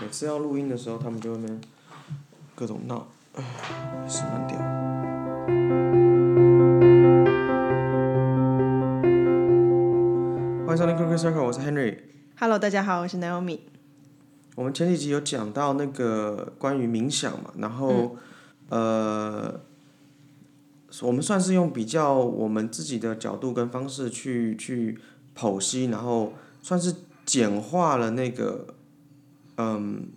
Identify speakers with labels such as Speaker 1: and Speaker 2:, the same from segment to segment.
Speaker 1: 每次要录音的时候，他们就会那边各种闹，唉是蛮屌。欢迎收听 Crooked Circle，我是 Henry。
Speaker 2: Hello，大家好，我是 Naomi。
Speaker 1: 我们前几集有讲到那个关于冥想嘛，然后、呃，我们算是用比较我们自己的角度跟方式去去剖析，然后算是简化了那个嗯，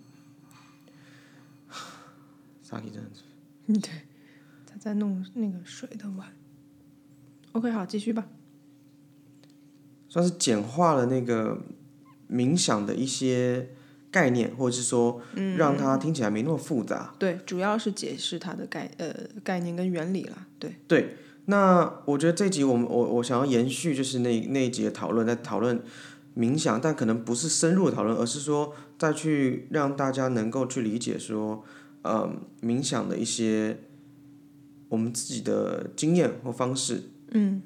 Speaker 1: 啥意思？
Speaker 2: 他在弄那个水的碗。OK，好，继续吧。
Speaker 1: 算是简化了那个冥想的一些概念，或者是说让它听起来没那么复杂。
Speaker 2: 对，主要是解释它的概呃概念跟原理啦。对，
Speaker 1: 对，那我觉得这集我们我我想要延续就是那那一集的讨论，在讨论冥想，但可能不是深入的讨论，而是说再去让大家能够去理解说，嗯，冥想的一些我们自己的经验或方式。
Speaker 2: 嗯，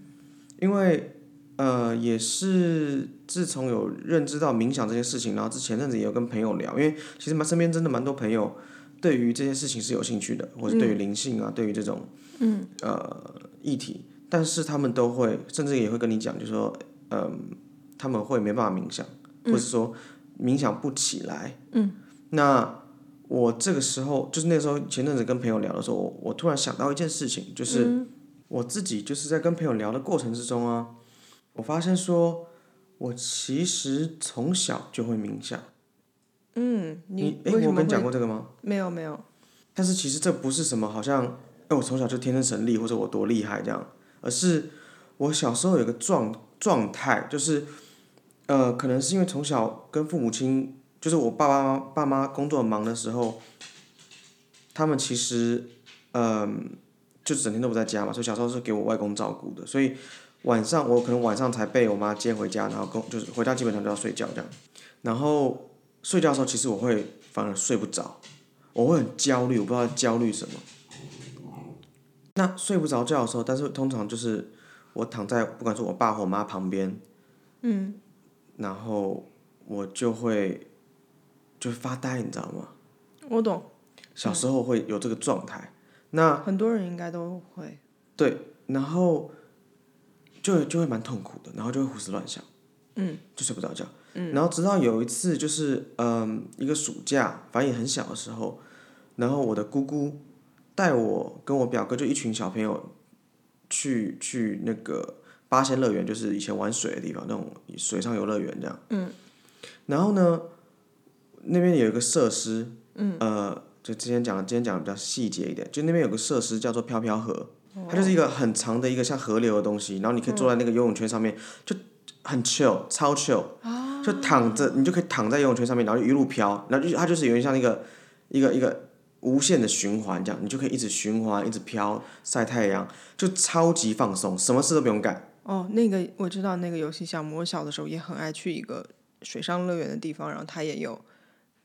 Speaker 1: 因为呃，也是自从有认知到冥想这件事情，然后之前阵子也有跟朋友聊，因为其实蛮身边真的蛮多朋友对于这些事情是有兴趣的，或者对于灵性啊，对于这种嗯呃议题，但是他们都会甚至也会跟你讲，就说嗯、他们会没办法冥想，或者说冥想不起来，嗯，那。我这个时候就是那时候前阵子跟朋友聊的时候，我我突然想到一件事情，就是我自己就是在跟朋友聊的过程之中啊，我发现说，我其实从小就会冥想。
Speaker 2: 嗯，你
Speaker 1: 诶，
Speaker 2: 为什
Speaker 1: 我
Speaker 2: 么
Speaker 1: 跟你讲
Speaker 2: 会？
Speaker 1: 过这个吗？
Speaker 2: 没有没有，
Speaker 1: 但是其实这不是什么好像，哎、我从小就天生神力或者我多厉害这样，而是我小时候有个状状态，就是，呃，可能是因为从小跟父母亲，就是我爸爸妈爸妈工作忙的时候，他们其实，嗯、就整天都不在家嘛，所以小时候是给我外公照顾的，所以晚上我可能晚上才被我妈接回家，然后跟就是回家基本上就要睡觉这样，然后睡觉的时候其实我会反而睡不着。我会很焦虑，我不知道焦虑什么。那睡不着觉的时候，但是通常就是我躺在不管是我爸或我妈旁边，
Speaker 2: 嗯，
Speaker 1: 然后我就会就发呆，你知道吗？
Speaker 2: 我懂，
Speaker 1: 小时候会有这个状态。那
Speaker 2: 很多人应该都会。
Speaker 1: 对，然后就就会蛮痛苦的，然后就会胡思乱想，嗯，就睡不着觉，嗯，然后直到有一次就是嗯一个暑假，反正也很小的时候，然后我的姑姑带我跟我表哥就一群小朋友去去那个八仙乐园，就是以前玩水的地方，那种水上游乐园这样，嗯，然后呢那边有一个设施，嗯，呃。就之前讲的，今天讲的比较细节一点，就那边有个设施叫做飘飘河，它就是一个很长的一个像河流的东西，然后你可以坐在那个游泳圈上面，就很 chill，超 chill，、就躺着，你就可以躺在游泳圈上面，然后就一路飘，然后就它就是有点像一个一个一个无限的循环这样，你就可以一直循环，一直飘，晒太阳，就超级放松，什么事都不用干。
Speaker 2: 哦，那个我知道那个游戏项目，我小的时候也很爱去一个水上乐园的地方，然后它也有，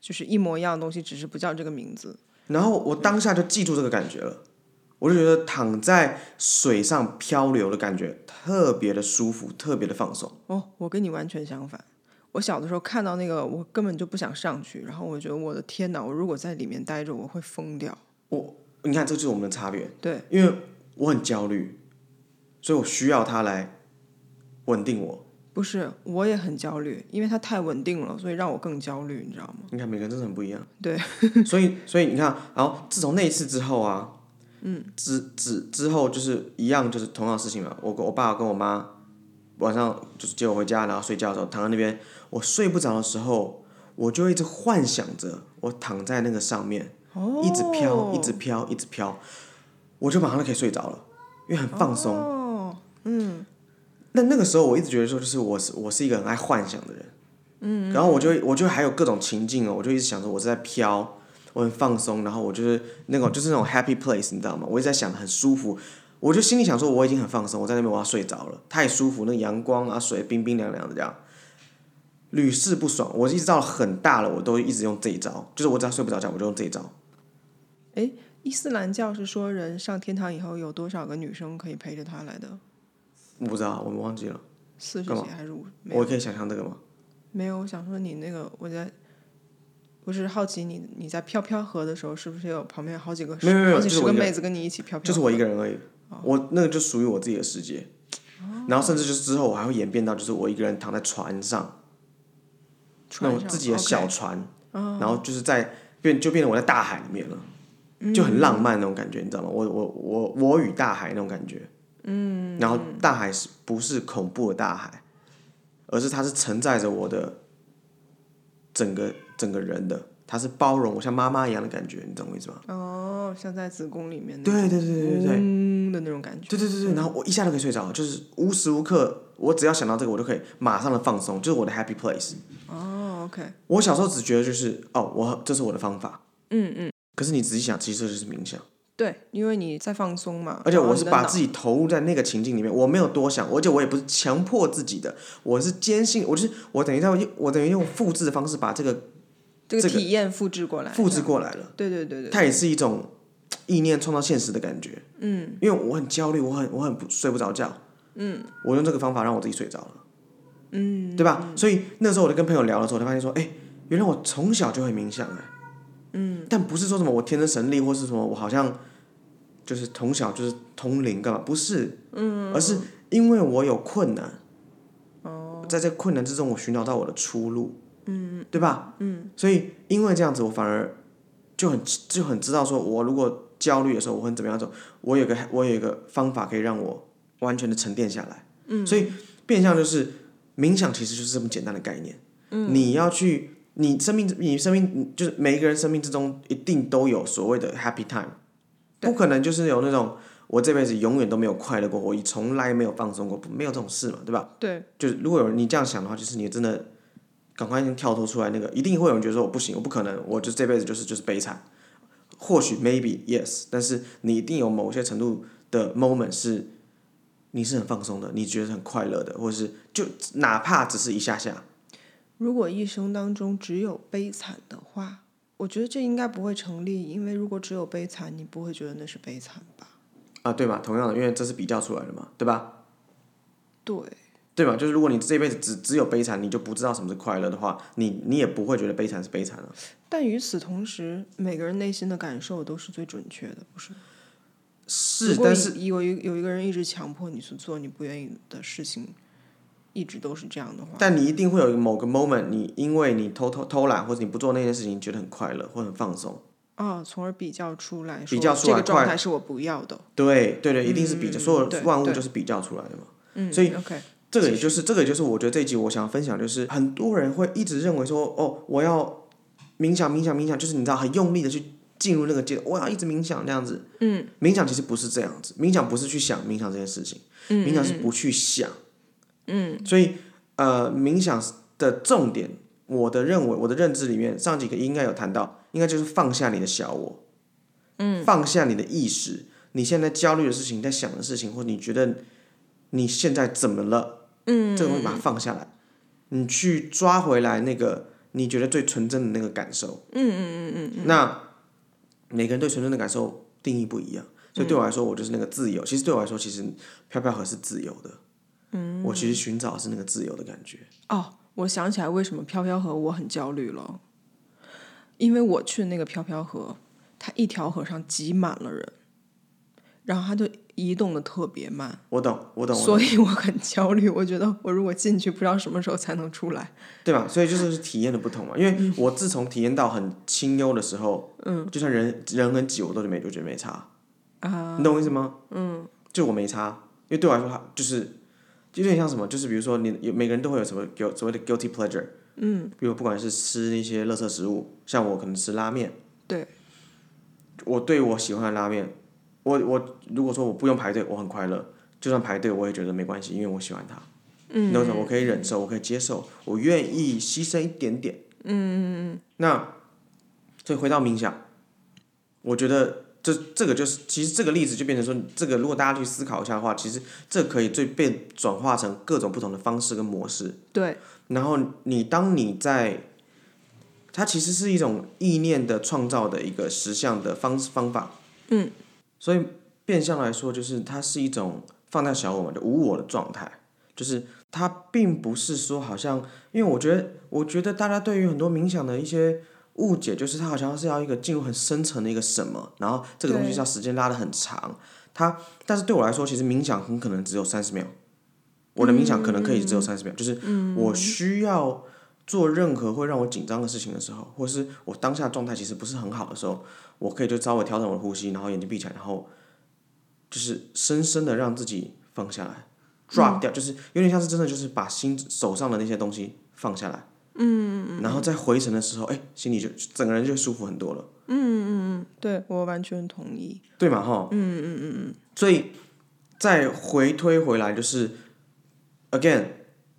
Speaker 2: 就是一模一样的东西，只是不叫这个名字。
Speaker 1: 然后我当下就记住这个感觉了，我就觉得躺在水上漂流的感觉特别的舒服，特别的放松。
Speaker 2: 哦，我跟你完全相反。我小的时候看到那个，我根本就不想上去，然后我觉得我的天哪，我如果在里面待着，我会疯掉。
Speaker 1: 你看，这就是我们的差别。
Speaker 2: 对，
Speaker 1: 因为我很焦虑，所以我需要它来稳定我。
Speaker 2: 不是，我也很焦虑，因为它太稳定了，所以让我更焦虑，你知道吗？
Speaker 1: 你看，每个人真的很不一样。
Speaker 2: 对，
Speaker 1: 所以所以你看，然后自从那一次之后啊，嗯，之之之后就是一样，就是同样的事情嘛。我跟我爸跟我妈晚上就是接我回家，然后睡觉的时候躺在那边，我睡不着的时候，我就一直幻想着我躺在那个上面，
Speaker 2: 哦，
Speaker 1: 一直飘，一直飘，一直飘，我就马上就可以睡着了，因为很放松。
Speaker 2: 哦，
Speaker 1: 那那个时候我一直觉得说，就是我是我是一个很爱幻想的人，嗯，然后我就会我就还有各种情境哦，我就一直想着我是在飘，我很放松，然后我就是那种就是那种 happy place，你知道吗？我一直在想很舒服，我就心里想说我已经很放松，我在那边我要睡着了，太舒服，那阳光啊水冰冰凉凉的这样，屡试不爽。我一直到很大了，我都一直用这一招，就是我只要睡不着觉，我就用这一招。
Speaker 2: 伊斯兰教是说人上天堂以后有多少个女生可以陪着他来的？
Speaker 1: 我不知道，我们忘记了，
Speaker 2: 四十
Speaker 1: 干嘛
Speaker 2: 几还是五？没有
Speaker 1: 我可以想象这个吗？
Speaker 2: 没有，我想说你那个我在我只是好奇你你在飘飘河的时候，是不是有旁边好几个
Speaker 1: 没有没有
Speaker 2: 好几
Speaker 1: 就是
Speaker 2: 十
Speaker 1: 我
Speaker 2: 个
Speaker 1: 一个
Speaker 2: 妹子跟你一起飘飘？
Speaker 1: 就是我一个人而已，
Speaker 2: 哦
Speaker 1: 我那个就属于我自己的世界。然后甚至就是之后我还会演变到，就是我一个人躺在船上，那
Speaker 2: 船
Speaker 1: 种
Speaker 2: 上
Speaker 1: 自己的
Speaker 2: OK 哦
Speaker 1: 小船，然后就是在变就变成我在大海里面了，
Speaker 2: 嗯
Speaker 1: 就很浪漫那种感觉，你知道吗？我我我我与大海那种感觉，嗯，然后大海是不是恐怖的大海，而是它是承载着我的整个整个人的，它是包容我像妈妈一样的感觉，你懂我意思吗？
Speaker 2: 哦，像在子宫里面那
Speaker 1: 对对对对对对。
Speaker 2: 嗡的那种感觉。
Speaker 1: 对对对对，然后我一下就可以睡着，就是无时无刻，我只要想到这个，我就可以马上的放松，就是我的 happy place。
Speaker 2: 哦，OK，
Speaker 1: 我小时候只觉得就是哦，我这是我的方法，
Speaker 2: 嗯嗯，
Speaker 1: 可是你仔细想，其实这就是冥想，
Speaker 2: 对，因为你在放松嘛，
Speaker 1: 而且
Speaker 2: 然后
Speaker 1: 我
Speaker 2: 哦你
Speaker 1: 是
Speaker 2: 的
Speaker 1: 把
Speaker 2: 脑
Speaker 1: 自己投入在那个情境里面，我没有多想，而且我也不是强迫自己的，我是坚信，我就是我等于在用我等于用复制的方式把这个
Speaker 2: 这个
Speaker 1: 这个
Speaker 2: 体验复制过来，
Speaker 1: 复
Speaker 2: 哎这
Speaker 1: 制
Speaker 2: 样
Speaker 1: 过来了，
Speaker 2: 对对对对，
Speaker 1: 它也是一种嘖意念创造现实的感觉。嗯，因为我很焦虑，我很我很不睡不着觉。嗯，我用这个方法让我自己睡着了。嗯，对吧？所以那时候我就跟朋友聊的时候，我就发现说，哎，原来我从小就会冥想哎。嗯，但不是说什么我天生神力，或是什么我好像就是从小就是通灵干嘛？不是，嗯，而是因为我有困难。哦，在这困难之中，我寻找到我的出路。嗯，对吧？嗯，所以因为这样子，我反而就很就很知道说，我如果焦虑的时候，我会怎么样走？我有个我有一个方法可以让我完全的沉淀下来。嗯，所以变相就是冥想，其实就是这么简单的概念。嗯，你要去你生命，你生命就是每一个人生命之中一定都有所谓的 happy time，
Speaker 2: 对
Speaker 1: 不可能就是有那种我这辈子永远都没有快乐过，我从来没有放松过，没有这种事嘛，对吧？
Speaker 2: 对
Speaker 1: 就是如果有人你这样想的话，就是你真的赶快先跳脱出来那个，一定会有人觉得说我不行，我不可能，我就这辈子就是就是悲惨。或许 maybe yes，但是你一定有某些程度的 moment 是你是很放松的，你觉得很快乐的，或者是就哪怕只是一下下，
Speaker 2: 如果一生当中只有悲惨的话，我觉得这应该不会成立，因为如果只有悲惨，你不会觉得那是悲惨吧？
Speaker 1: 啊，对嘛？同样的，因为这是比较出来的嘛，对吧？
Speaker 2: 对，
Speaker 1: 对嘛？就是如果你这辈子只只有悲惨，你就不知道什么是快乐的话，你你也不会觉得悲惨是悲惨啊了、
Speaker 2: 但与此同时，每个人内心的感受都是最准确的，不是？
Speaker 1: 是，
Speaker 2: 如果
Speaker 1: 但是
Speaker 2: 一有一有一个人一直强迫你去做你不愿意的事情，一直都是这样的话，
Speaker 1: 但你一定会有某个 moment，你因为你偷偷偷懒或者你不做那件事情，你觉得很快乐或很放松。
Speaker 2: 啊、从而比较出来说，
Speaker 1: 比较出来
Speaker 2: 这个状
Speaker 1: 快
Speaker 2: 态是我不要的。
Speaker 1: 对对对，一定是比较，所有
Speaker 2: 嗯对
Speaker 1: 的万物
Speaker 2: 对
Speaker 1: 就是比较出来的嘛。
Speaker 2: 嗯，
Speaker 1: 所以
Speaker 2: OK，
Speaker 1: 这个也就是这个，也就是我觉得这一集我想要分享，就是很多人会一直认为说，哦，我要冥想冥想冥想，就是你知道很用力的去进入那个阶段，我要一直冥想这样子。嗯，冥想其实不是这样子，冥想不是去想冥想这件事情，冥想是
Speaker 2: 嗯
Speaker 1: 不去想。嗯，所以呃，冥想的重点，我的认为，我的认知里面，上几个应该有谈到，应该就是放下你的小我，嗯，放下你的意识，你现在焦虑的事情，你在想的事情，或者你觉得你现在怎么了？这个东西把它放下来，你去抓回来那个你觉得最纯真的那个感受。嗯嗯嗯嗯。那每个人对纯真的感受定义不一样，所以对我来说，我就是那个自由。其实对我来说，其实飘飘河是自由的。嗯。我其实寻找的是那个自由的感觉。
Speaker 2: 哦，我想起来为什么飘飘河我很焦虑了，因为我去那个飘飘河，它一条河上挤满了人，然后它就移动的特别慢，
Speaker 1: 我懂，我懂，我懂
Speaker 2: 所以我很焦虑。我觉得我如果进去，不知道什么时候才能出来。
Speaker 1: 对吧？所以就是体验的不同嘛。因为我自从体验到很清幽的时候，嗯，就算人人很挤，我都觉得没，我觉得没差。啊。你懂我意思吗？嗯。就我没差，因为对我来说，它就是有点像什么，就是比如说你有每个人都会有什么有所谓的 guilty pleasure，嗯，比如不管是吃那些垃圾食物，像我可能吃拉面，
Speaker 2: 对，
Speaker 1: 我对我喜欢的拉面，我我如果说我不用排队，我很快乐，就算排队我也觉得没关系，因为我喜欢它，嗯，那什么我可以忍受，我可以接受，我愿意牺牲一点点，嗯嗯嗯，那所以回到冥想，我觉得。这这个就是，其实这个例子就变成说，这个如果大家去思考一下的话，其实这可以最被转化成各种不同的方式跟模式。
Speaker 2: 对，
Speaker 1: 然后你当你在，它其实是一种意念的创造的一个实相的方式方法。
Speaker 2: 嗯，
Speaker 1: 所以变相来说，就是它是一种放大小我嘛，就无我的状态。就是它并不是说好像，因为我觉得，我觉得大家对于很多冥想的一些误解就是它好像是要一个进入很深层的一个什么，然后这个东西是要时间拉的很长。它，但是对我来说，其实冥想很可能只有三十秒，我的冥想可能可以只有三十秒，就是我需要做任何会让我紧张的事情的时候，或是我当下状态其实不是很好的时候，我可以就稍微调整我的呼吸，然后眼睛闭起来，然后就是深深的让自己放下来，drop 掉，就是有点像是真的就是把心手上的那些东西放下来。嗯，然后再回程的时候，哎，心里就整个人就舒服很多了，
Speaker 2: 嗯，对我完全同意。
Speaker 1: 对嘛？哈，嗯嗯嗯嗯。所以再回推回来，就是 again，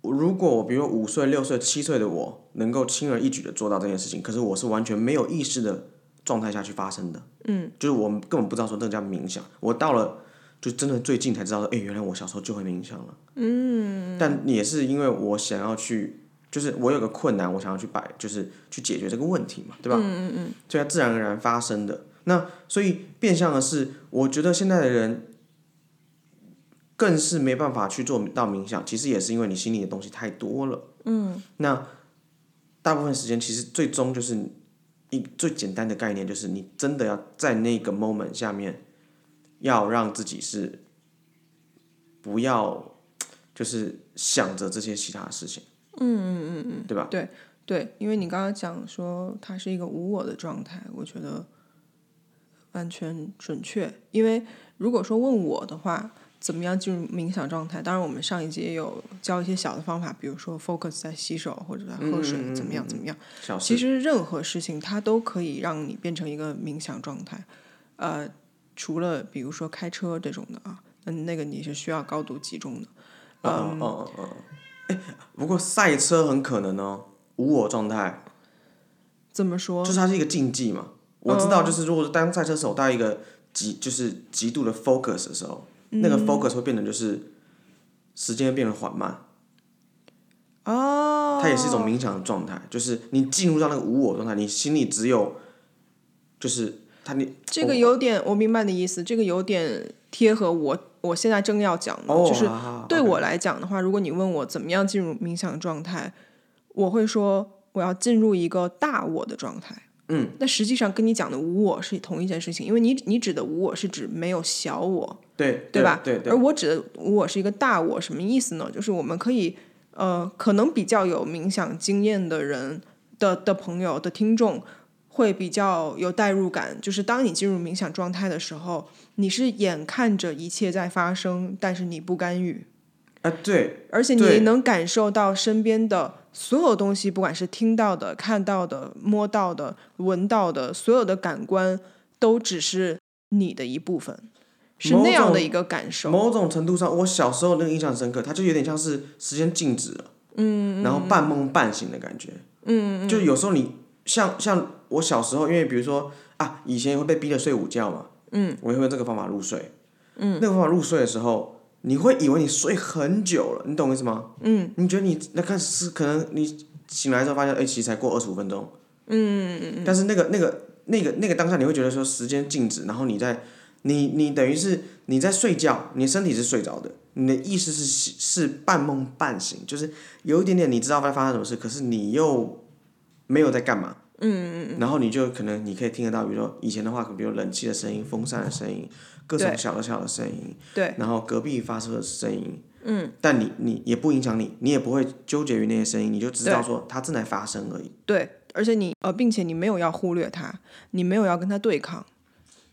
Speaker 1: 如果我比如五岁、六岁、七岁的我能够轻而易举的做到这件事情，可是我是完全没有意识的状态下去发生的，嗯，就是我们根本不知道说这个叫冥想，我到了。就真的最近才知道说，哎、原来我小时候就会冥想了。嗯，但也是因为我想要去，就是我有个困难，我想要去摆，就是去解决这个问题嘛，对吧？嗯嗯嗯，所以它自然而然发生的。那所以变相的是，我觉得现在的人更是没办法去做到冥想，其实也是因为你心里的东西太多了。嗯，那大部分时间其实最终就是一最简单的概念，就是你真的要在那个 moment 下面，要让自己是不要就是想着这些其他的事情。嗯嗯嗯嗯，对吧？
Speaker 2: 对，因为你刚刚讲说它是一个无我的状态，我觉得完全准确。因为如果说问我的话，怎么样进入冥想状态？当然，我们上一节也有教一些小的方法，比如说 focus 在洗手或者在喝水，
Speaker 1: 嗯嗯嗯
Speaker 2: 怎么样怎么样。
Speaker 1: 小
Speaker 2: 其
Speaker 1: 事。
Speaker 2: 实任何事情它都可以让你变成一个冥想状态，呃，除了比如说开车这种的啊，那那个你是需要高度集中的。
Speaker 1: 嗯嗯嗯嗯。哎，不过赛车很可能哦，无我状态，
Speaker 2: 怎么说？
Speaker 1: 就是它是一个竞技嘛。我知
Speaker 2: 哦
Speaker 1: 道，就是如果是当赛车手到一个极就是极度的 focus 的时候，那个
Speaker 2: 嗯
Speaker 1: focus 会变得就是时间会变得缓慢，
Speaker 2: 哦，
Speaker 1: 它也是一种冥想的状态，就是你进入到那个无我状态，你心里只有就是它你
Speaker 2: 这个有点，我明白你的意思，这个有点贴合我我现在正要讲的，
Speaker 1: 哦，
Speaker 2: 就是
Speaker 1: 好好好
Speaker 2: 对
Speaker 1: OK
Speaker 2: 我来讲的话，如果你问我怎么样进入冥想状态，我会说我要进入一个大我的状态。嗯，那实际上跟你讲的无我是同一件事情，因为你你指的无我是指没有小我，
Speaker 1: 对
Speaker 2: 对吧？
Speaker 1: 对对
Speaker 2: 而我指的无我是一个大我，什么意思呢？就是我们可以，呃，可能比较有冥想经验的人的的朋友的听众会比较有代入感，就是当你进入冥想状态的时候，你是眼看着一切在发生，但是你不干预。
Speaker 1: 啊对，
Speaker 2: 而且你
Speaker 1: 对
Speaker 2: 能感受到身边的所有东西，不管是听到的、看到的、摸到的、闻到的，所有的感官都只是你的一部分，是
Speaker 1: 某
Speaker 2: 那样的
Speaker 1: 种
Speaker 2: 一个感受。
Speaker 1: 某种程度上，我小时候那个印象深刻，它就有点像是时间静止了，嗯，然后半梦半醒的感觉，嗯，就有时候你像像我小时候，因为比如说啊，以前会被逼着睡午觉嘛，嗯，我也会用这个方法入睡，嗯，那个方法入睡的时候，你会以为你睡很久了，你懂我意思吗？嗯，你觉得你那看是可能你醒来之后发现，哎、其实才过二十五分钟，嗯嗯嗯，但是那个那个那个那个当下，你会觉得说时间静止，然后你在你你等于是。你在睡觉，你的身体是睡着的，你的意识是是半梦半醒，就是有一点点你知道该发生什么事，可是你又没有在干嘛。嗯嗯嗯。然后你就可能你可以听得到，比如说以前的话，比如冷气的声音、风扇的声音，各种
Speaker 2: 对
Speaker 1: 小的小的声音，
Speaker 2: 对，
Speaker 1: 然后隔壁发出的声音。嗯。但你你也不影响你，你也不会纠结于那些声音，你就知道说它正在发生而已。
Speaker 2: 对，而且你呃，并且你没有要忽略它，你没有要跟它对抗，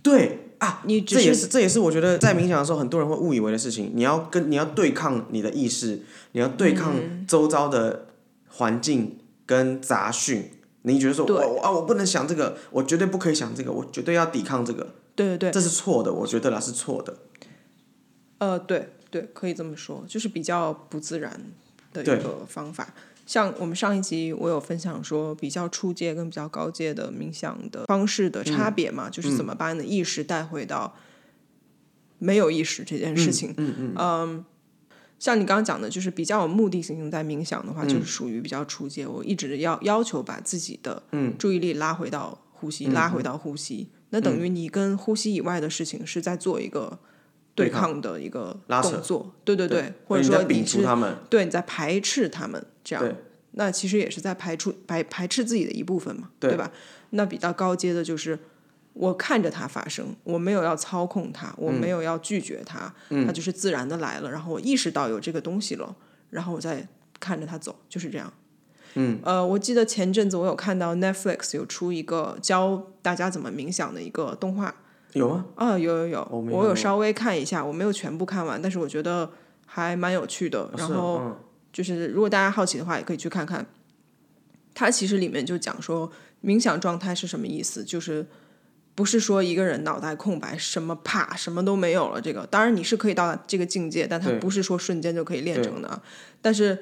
Speaker 1: 对啊，
Speaker 2: 你只
Speaker 1: 这也是这也是我觉得在冥想的时候，很多人会误以为的事情。你要跟你要对抗你的意识，你要对抗
Speaker 2: 嗯
Speaker 1: 周遭的环境跟杂讯。你觉得说，
Speaker 2: 对
Speaker 1: 我我啊，我不能想这个，我绝对不可以想这个，我绝对要抵抗这个，
Speaker 2: 对对对，
Speaker 1: 这是错的，我觉得啦是错的。
Speaker 2: 呃，对对，可以这么说，就是比较不自然的一
Speaker 1: 对
Speaker 2: 个方法。像我们上一集我有分享说，比较初阶跟比较高阶的冥想的方式的差别
Speaker 1: 嗯
Speaker 2: 嘛，就是怎么把你的意识带回到没有意识这件事情。嗯嗯像你刚刚讲的，就是比较有目的性在冥想的
Speaker 1: 嗯
Speaker 2: 话，就是属于比较初阶。我一直要要求把自己的
Speaker 1: 嗯
Speaker 2: 注意力拉回到呼吸，拉回到呼吸，那等
Speaker 1: 嗯
Speaker 2: 于你跟呼吸以外的事情是在做一个对
Speaker 1: 对抗
Speaker 2: 抗的一个
Speaker 1: 拉扯
Speaker 2: 动作，对对对，
Speaker 1: 或
Speaker 2: 或者
Speaker 1: 你在
Speaker 2: 说
Speaker 1: 摒除
Speaker 2: 是
Speaker 1: 他们，
Speaker 2: 对你在排斥他们这样
Speaker 1: 对。
Speaker 2: 那其实也是在排除排排斥自己的一部分嘛，
Speaker 1: 对
Speaker 2: 吧？那比较高阶的就是我看着它发生，我没有要操控它，我没有要拒绝它，它就是自然的来了。然后我意识到有这个东西了，然后我再看着它走，就是这样。嗯，呃，我记得前阵子我有看到 Netflix 有出一个教大家怎么冥想的一个动画，
Speaker 1: 有吗？
Speaker 2: 啊，有有有，
Speaker 1: 我哦没
Speaker 2: 我
Speaker 1: 看
Speaker 2: 有
Speaker 1: 过
Speaker 2: 稍微看一下，我没有全部看完，但是我觉得还蛮有趣的。
Speaker 1: 啊
Speaker 2: 然
Speaker 1: 是啊
Speaker 2: 后
Speaker 1: 嗯
Speaker 2: 就是如果大家好奇的话，也可以去看看。它其实里面就讲说，冥想状态是什么意思，就是不是说一个人脑袋空白，什么啪什么都没有了。这个当然你是可以到达这个境界，但它
Speaker 1: 对
Speaker 2: 不是说瞬间就可以练
Speaker 1: 对
Speaker 2: 成的啊。但是，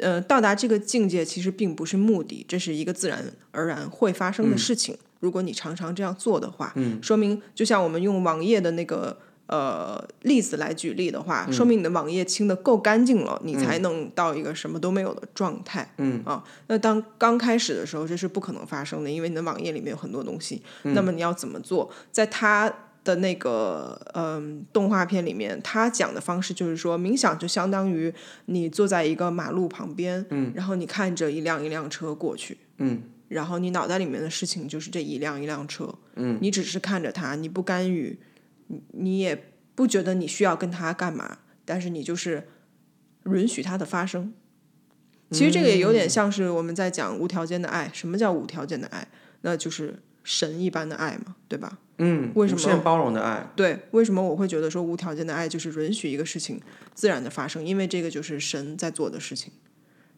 Speaker 2: 呃，到达这个境界其实并不是目的，这是一个自然而然会发生的事情。如果你常常这样做的话，说明就像我们用网页的那个呃例子来举例的话，说明你的网页清的够干净了，你才能到一个什么都没有的状态。嗯啊，那当刚开始的时候，这是不可能发生的，因为你的网页里面有很多东西。那么你要怎么做？在它的那个嗯动画片里面，他讲的方式就是说，冥想就相当于你坐在一个马路旁边，嗯，然后你看着一辆一辆车过去，
Speaker 1: 嗯，
Speaker 2: 然后你脑袋里面的事情就是这一辆一辆车，嗯，你只是看着它，你不干预，你你也不觉得你需要跟它干嘛，但是你就是允许它的发生。其实这个也有点像是我们在讲无条件的爱。什么叫无条件的爱？那就是神一般的爱嘛，对吧？
Speaker 1: 嗯，
Speaker 2: 为什
Speaker 1: 无
Speaker 2: 么
Speaker 1: 限包容的爱？
Speaker 2: 对，为什么我会觉得说无条件的爱就是允许一个事情自然的发生？因为这个就是神在做的事情。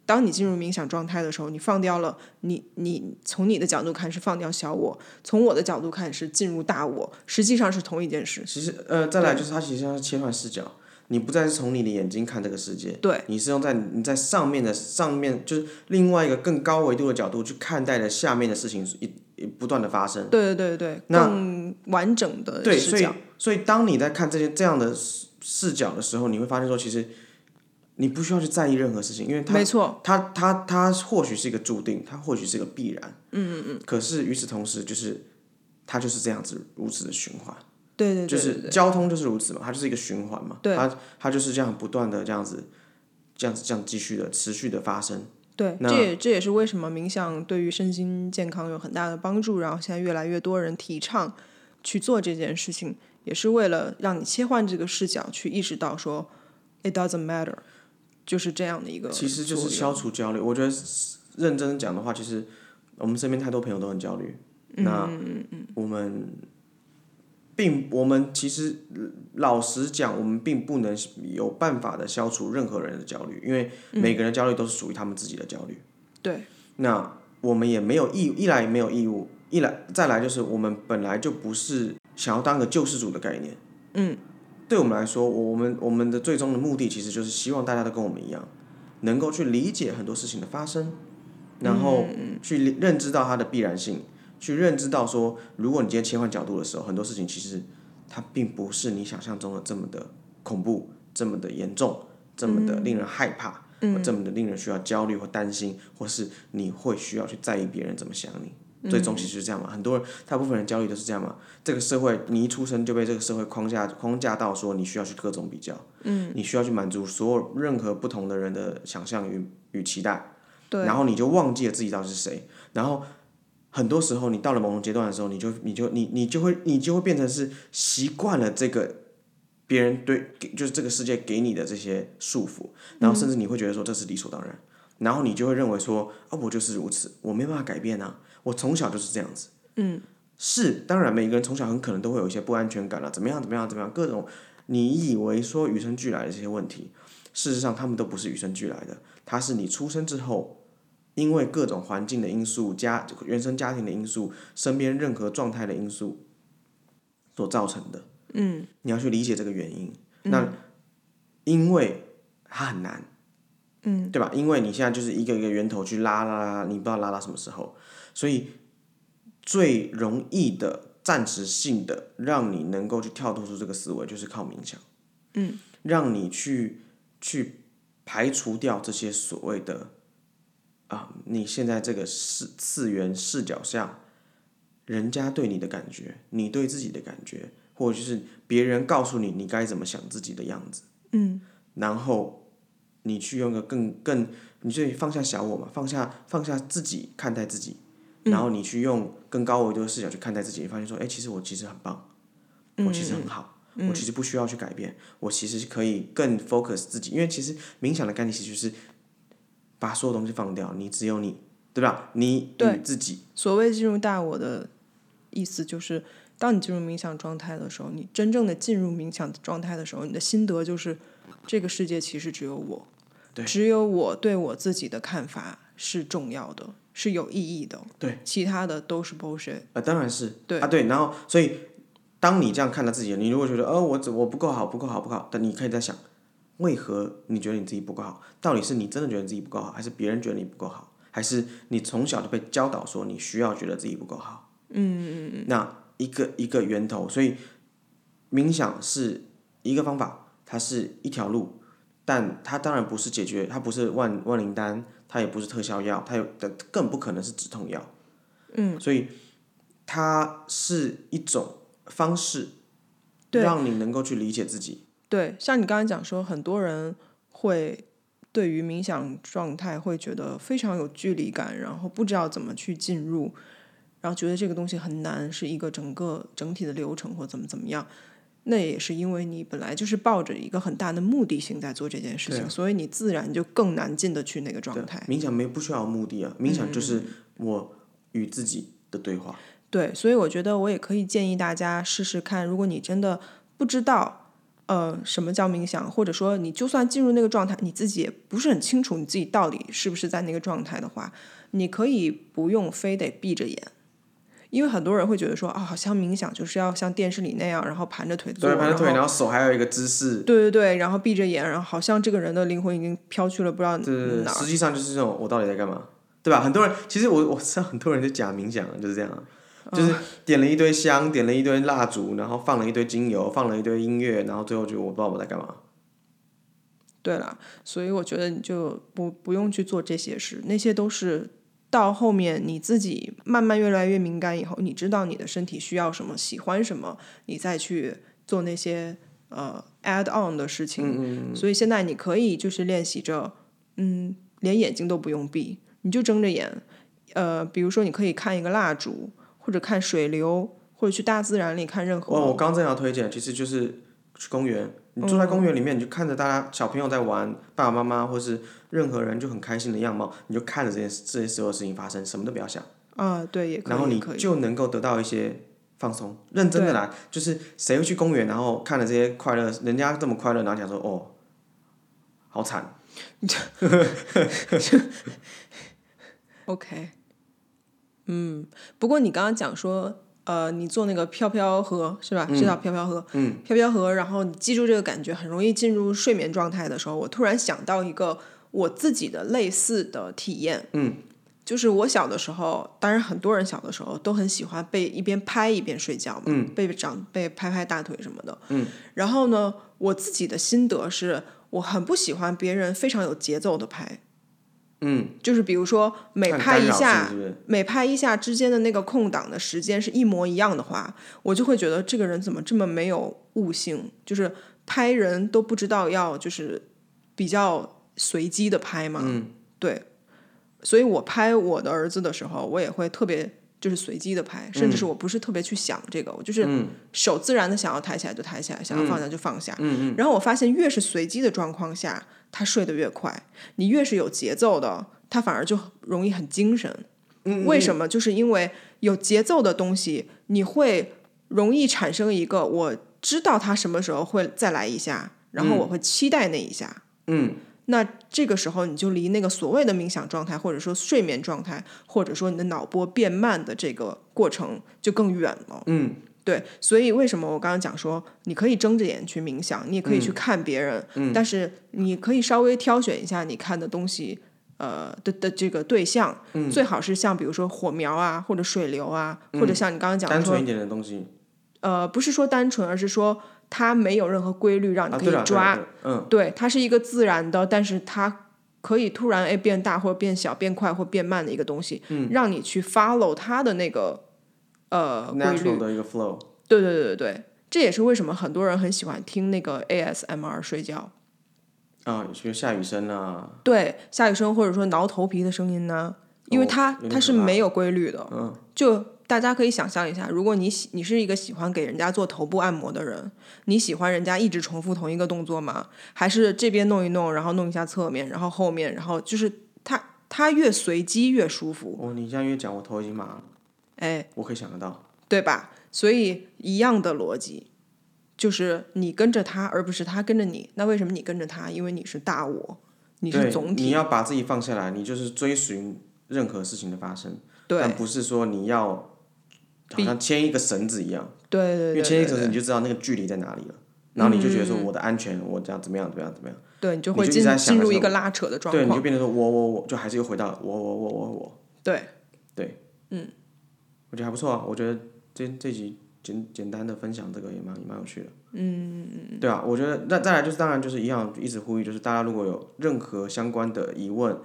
Speaker 2: 当你进入冥想状态的时候，你放掉了你你从你的角度看是放掉小我，从我的角度看是进入大我，实际上是同一件事。
Speaker 1: 其实，呃，再来就是它其实要切换视角，你不再是从你的眼睛看这个世界，
Speaker 2: 对，
Speaker 1: 你是用在你在上面的上面，就是另外一个更高维度的角度去看待了下面的事情一一不断的发生。
Speaker 2: 对对对对，
Speaker 1: 那
Speaker 2: 更完整的
Speaker 1: 对，
Speaker 2: 视
Speaker 1: 所以
Speaker 2: 角。
Speaker 1: 所以当你在看这些这样的视视角的时候，你会发现说，其实你不需要去在意任何事情，因为它
Speaker 2: 没错，
Speaker 1: 它它它或许是一个注定，它或许是一个必然。嗯嗯嗯。可是与此同时，就是它就是这样子如此的循环。
Speaker 2: 对对对对
Speaker 1: 就是交通就是如此嘛，它就是一个循环嘛，
Speaker 2: 对
Speaker 1: 它它就是这样不断的这样子，这样子这样继续的持续的发生，
Speaker 2: 对，
Speaker 1: 那
Speaker 2: 这也这也是为什么冥想对于身心健康有很大的帮助，然后现在越来越多人提倡去做这件事情，也是为了让你切换这个视角，去意识到说 it doesn't matter，就是这样的一个作
Speaker 1: 其
Speaker 2: 用。
Speaker 1: 实就是消除焦虑。我觉得认真讲的话，其实我们身边太多朋友都很焦虑，
Speaker 2: 嗯
Speaker 1: 那我们并我们其实老实讲，我们并不能有办法的消除任何人的焦虑，因为
Speaker 2: 嗯
Speaker 1: 每个人的焦虑都是属于他们自己的焦虑。
Speaker 2: 对
Speaker 1: 那我们也没有义，一来没有义务，一来再来就是我们本来就不是想要当个救世主的概念。
Speaker 2: 嗯，
Speaker 1: 对我们来说，我我们我们的最终的目的其实就是希望大家都跟我们一样，能够去理解很多事情的发生，然后去理认知到它的必然性，去认知到说，如果你今天切换角度的时候，很多事情其实它并不是你想象中的这么的恐怖，这么的严重，这么的令人害怕。或这么的令人需要焦虑或担心，或是你会需要去在意别人怎么想你。最终其实是这样嘛，很多人大部分人焦虑都是这样嘛。这个社会，你一出生就被这个社会框架框架到，说你需要去各种比较，嗯，你需要去满足所有任何不同的人的想象与与期待，
Speaker 2: 对
Speaker 1: 然后你就忘记了自己到底是谁，然后很多时候你到了某种阶段的时候，你就你就你你就会你就会变成是习惯了这个别人对给就是这个世界给你的这些束缚，然后甚
Speaker 2: 嗯
Speaker 1: 至你会觉得说这是理所当然，然后你就会认为说啊我就是如此，我没办法改变啊，我从小就是这样子，
Speaker 2: 嗯，
Speaker 1: 是当然每个人从小很可能都会有一些不安全感了、啊怎么样怎么样怎么样各种你以为说与生俱来的这些问题，事实上他们都不是与生俱来的，它是你出生之后。因为各种环境的因素、家原生家庭的因素、身边任何状态的因素所造成的。嗯，你要去理解这个原因。那因为它很难，嗯，对吧？因为你现在就是一个一个源头去拉拉拉，你不知道拉到什么时候，所以最容易的、暂时性的让你能够去跳脱出这个思维，就是靠冥想。嗯，让你去去排除掉这些所谓的。啊，你现在这个视次元视角下，人家对你的感觉，你对自己的感觉，或者就是别人告诉你你该怎么想自己的样子，嗯，然后你去用一个更更，你去放下小我嘛，放下放下自己看待自己，然后你去用更高维度的视角去看待自己，你发现说，哎，其实我其实很棒，我其实很好，我其实不需要去改变，我其实可以更 focus 自己，因为其实冥想的概念其实就是把所有东西放掉，你只有你，对吧？你
Speaker 2: 对
Speaker 1: 你自己，
Speaker 2: 所谓进入大我的意思就是，当你进入冥想状态的时候，你真正的进入冥想状态的时候，你的心得就是，这个世界其实只有我，
Speaker 1: 对
Speaker 2: 只有我对我自己的看法是重要的，是有意义的，
Speaker 1: 对，
Speaker 2: 其他的都是 bullshit。
Speaker 1: 呃，当然是
Speaker 2: 对
Speaker 1: 啊，对，然后所以当你这样看到自己，你如果觉得哦，我怎我不够好，不够好，不够好，但你可以在想，为何你觉得你自己不够好？到底是你真的觉得自己不够好，还是别人觉得你不够好，还是你从小就被教导说你需要觉得自己不够好？嗯嗯嗯。那一个一个源头，所以冥想是一个方法，它是一条路，但它当然不是解决，它不是万万灵丹，它也不是特效药，它有的更不可能是止痛药。嗯，所以它是一种方式，
Speaker 2: 对
Speaker 1: 让你能够去理解自己。
Speaker 2: 对，像你刚才讲说，很多人会对于冥想状态会觉得非常有距离感，然后不知道怎么去进入，然后觉得这个东西很难，是一个整个整体的流程或怎么怎么样。那也是因为你本来就是抱着一个很大的目的性在做这件事
Speaker 1: 对
Speaker 2: 情，所以你自然就更难进得去那个状态。
Speaker 1: 冥想没不需要有目的
Speaker 2: 嗯
Speaker 1: 啊，冥想就是我与自己的对话。
Speaker 2: 对，所以我觉得我也可以建议大家试试看，如果你真的不知道，呃，什么叫冥想，或者说你就算进入那个状态，你自己也不是很清楚你自己到底是不是在那个状态的话，你可以不用非得闭着眼。因为很多人会觉得说，啊，好像冥想就是要像电视里那样，然后盘着腿坐，
Speaker 1: 对，盘着腿，
Speaker 2: 然后
Speaker 1: 然后手还有一个姿势，
Speaker 2: 对对对，然后闭着眼，然后好像这个人的灵魂已经飘去了不知道
Speaker 1: 对对对
Speaker 2: 嗯哪儿。
Speaker 1: 实际上就是这种我到底在干嘛，对吧？很多人其实我我知道很多人就假冥想啊就是这样啊，
Speaker 2: 嗯
Speaker 1: 就是点了一堆香，点了一堆蜡烛，然后放了一堆精油，放了一堆音乐，然后最后就我不知道我在干嘛。
Speaker 2: 对了，所以我觉得你就不不用去做这些事，那些都是到后面你自己慢慢越来越敏感以后，你知道你的身体需要什么，喜欢什么，你再去做那些呃 add on 的事
Speaker 1: 嗯
Speaker 2: 情。所以现在你可以就是练习着，嗯，连眼睛都不用闭，你就睁着眼，呃，比如说你可以看一个蜡烛，或者看水流，或者去大自然里看任何。
Speaker 1: 哇，我刚正要推荐，其实就是去公园。你坐在公
Speaker 2: 嗯
Speaker 1: 园里面，你就看着大家小朋友在玩，爸爸妈妈或是任何人就很开心的样貌，你就看着这件事这些所有事情发生，什么都不要想，
Speaker 2: 啊，对，也可以，
Speaker 1: 然后你
Speaker 2: 可以
Speaker 1: 就能够得到一些放松。认真的啦，就是谁会去公园，然后看了这些快乐，人家这么快乐，然后想说哦，好惨，
Speaker 2: OK，嗯，不过你刚刚讲说，呃，你做那个飘飘盒是吧？是叫飘飘盒，嗯，飘飘盒，然后你记住这个感觉，很容易进入睡眠状态的时候，我突然想到一个我自己的类似的体验，嗯，就是我小的时候，当然很多人小的时候都很喜欢被一边拍一边睡觉嘛，嗯，被长辈拍拍大腿什么的，嗯，然后呢，我自己的心得是我很不喜欢别人非常有节奏的拍。
Speaker 1: 嗯，
Speaker 2: 就是比如说每
Speaker 1: 那你
Speaker 2: 拍
Speaker 1: 干
Speaker 2: 一
Speaker 1: 扰
Speaker 2: 下，
Speaker 1: 是不是？
Speaker 2: 每拍一下之间的那个空档的时间是一模一样的话，我就会觉得这个人怎么这么没有悟性？就是拍人都不知道要就是比较随机的拍嘛。嗯，对。所以我拍我的儿子的时候，我也会特别就是随机的拍，甚至是我不是特别去想这个，我就是手自然的想要抬起来就抬起来，想要放下就放下。嗯嗯。然后我发现，越是随机的状况下，他睡得越快；你越是有节奏的，他反而就容易很精神。为什么？就是因为有节奏的东西，你会容易产生一个我知道它什么时候会再来一下，然后我会期待那一下。
Speaker 1: 嗯，
Speaker 2: 那这个时候你就离那个所谓的冥想状态，或者说睡眠状态，或者说你的脑波变慢的这个过程就更远了。
Speaker 1: 嗯，
Speaker 2: 对，所以为什么我刚刚讲说，你可以睁着眼去冥想，你也可以去看别人，
Speaker 1: 嗯
Speaker 2: 但是你可以稍微挑选一下你看的东西，呃的的这个对象，
Speaker 1: 嗯
Speaker 2: 最好是像比如说火苗啊，或者水流啊，或
Speaker 1: 嗯
Speaker 2: 者像你刚刚讲
Speaker 1: 单
Speaker 2: 说
Speaker 1: 纯一，点的东西
Speaker 2: 呃，不是说单纯，而是说它没有任何规律让你
Speaker 1: 啊，
Speaker 2: 可
Speaker 1: 对了，
Speaker 2: 以
Speaker 1: 对
Speaker 2: 抓，
Speaker 1: 了对了嗯，
Speaker 2: 对，它是一个自然的，但是它可以突然哎变大或者变小、变快或变慢的一个东西，
Speaker 1: 嗯
Speaker 2: 让你去 follow 它的那个呃规律
Speaker 1: natural。的一个 flow，
Speaker 2: 对对对对对，这也是为什么很多人很喜欢听那个 ASMR 睡觉，
Speaker 1: 啊，比如下雨声啊，
Speaker 2: 对下雨声或者说挠头皮的声音呢，因为
Speaker 1: 哦
Speaker 2: 它、
Speaker 1: 有点
Speaker 2: 它是
Speaker 1: 可怕
Speaker 2: 没有规律的。
Speaker 1: 嗯，
Speaker 2: 就大家可以想象一下，如果你喜你是一个喜欢给人家做头部按摩的人，你喜欢人家一直重复同一个动作吗？还是这边弄一弄，然后弄一下侧面，然后后面，然后就是它它越随机越舒服，
Speaker 1: 哦，你这样越讲，我头已经麻了，
Speaker 2: 哎，
Speaker 1: 我可以想得到。
Speaker 2: 对吧？所以一样的逻辑。就是你跟着他，而不是他跟着你。那为什么你跟着他？因为你是大我，你
Speaker 1: 对
Speaker 2: 是总体
Speaker 1: 你。要把自己放下来，你就是追寻任何事情的发生，
Speaker 2: 对
Speaker 1: 但不是说你要好像牵一个绳子一样，
Speaker 2: 对对
Speaker 1: 因
Speaker 2: 对
Speaker 1: 为牵一
Speaker 2: 对嗯
Speaker 1: 个绳子你就知道那个距离在哪里了，然后你就觉得说我的安全，我这样怎么样怎么样怎么样，
Speaker 2: 对，你就
Speaker 1: 你
Speaker 2: 会
Speaker 1: 就一直
Speaker 2: 进
Speaker 1: 在想
Speaker 2: 进
Speaker 1: 的
Speaker 2: 入
Speaker 1: 时
Speaker 2: 一
Speaker 1: 候
Speaker 2: 个拉扯的状
Speaker 1: 对，你
Speaker 2: 况
Speaker 1: 就。变成说我我我，就还是又回到我我我我我，
Speaker 2: 对，
Speaker 1: 对，嗯，我觉得还不错啊，我觉得这这集简简单的分享这个也蛮也蛮有趣的，嗯，对啊，我觉得那再来就是当然就是一样，一直呼吁就是大家如果有任何相关的疑问，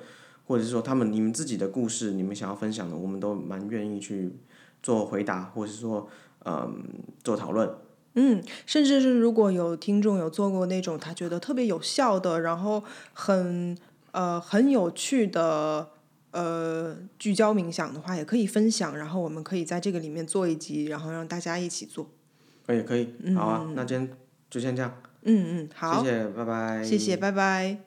Speaker 1: 或者是说他们你们自己的故事，你们想要分享的，我们都蛮愿意去做回答，或者是说嗯做讨论，
Speaker 2: 嗯，甚至是如果有听众有做过那种他觉得特别有效的，然后很呃很有趣的呃聚焦冥想的话，也可以分享，然后我们可以在这个里面做一集，然后让大家一起做。
Speaker 1: 哎可
Speaker 2: 嗯
Speaker 1: 以可以，好啊，那今天就先这样，
Speaker 2: 嗯嗯，好，
Speaker 1: 谢谢，拜拜，
Speaker 2: 谢谢，拜拜。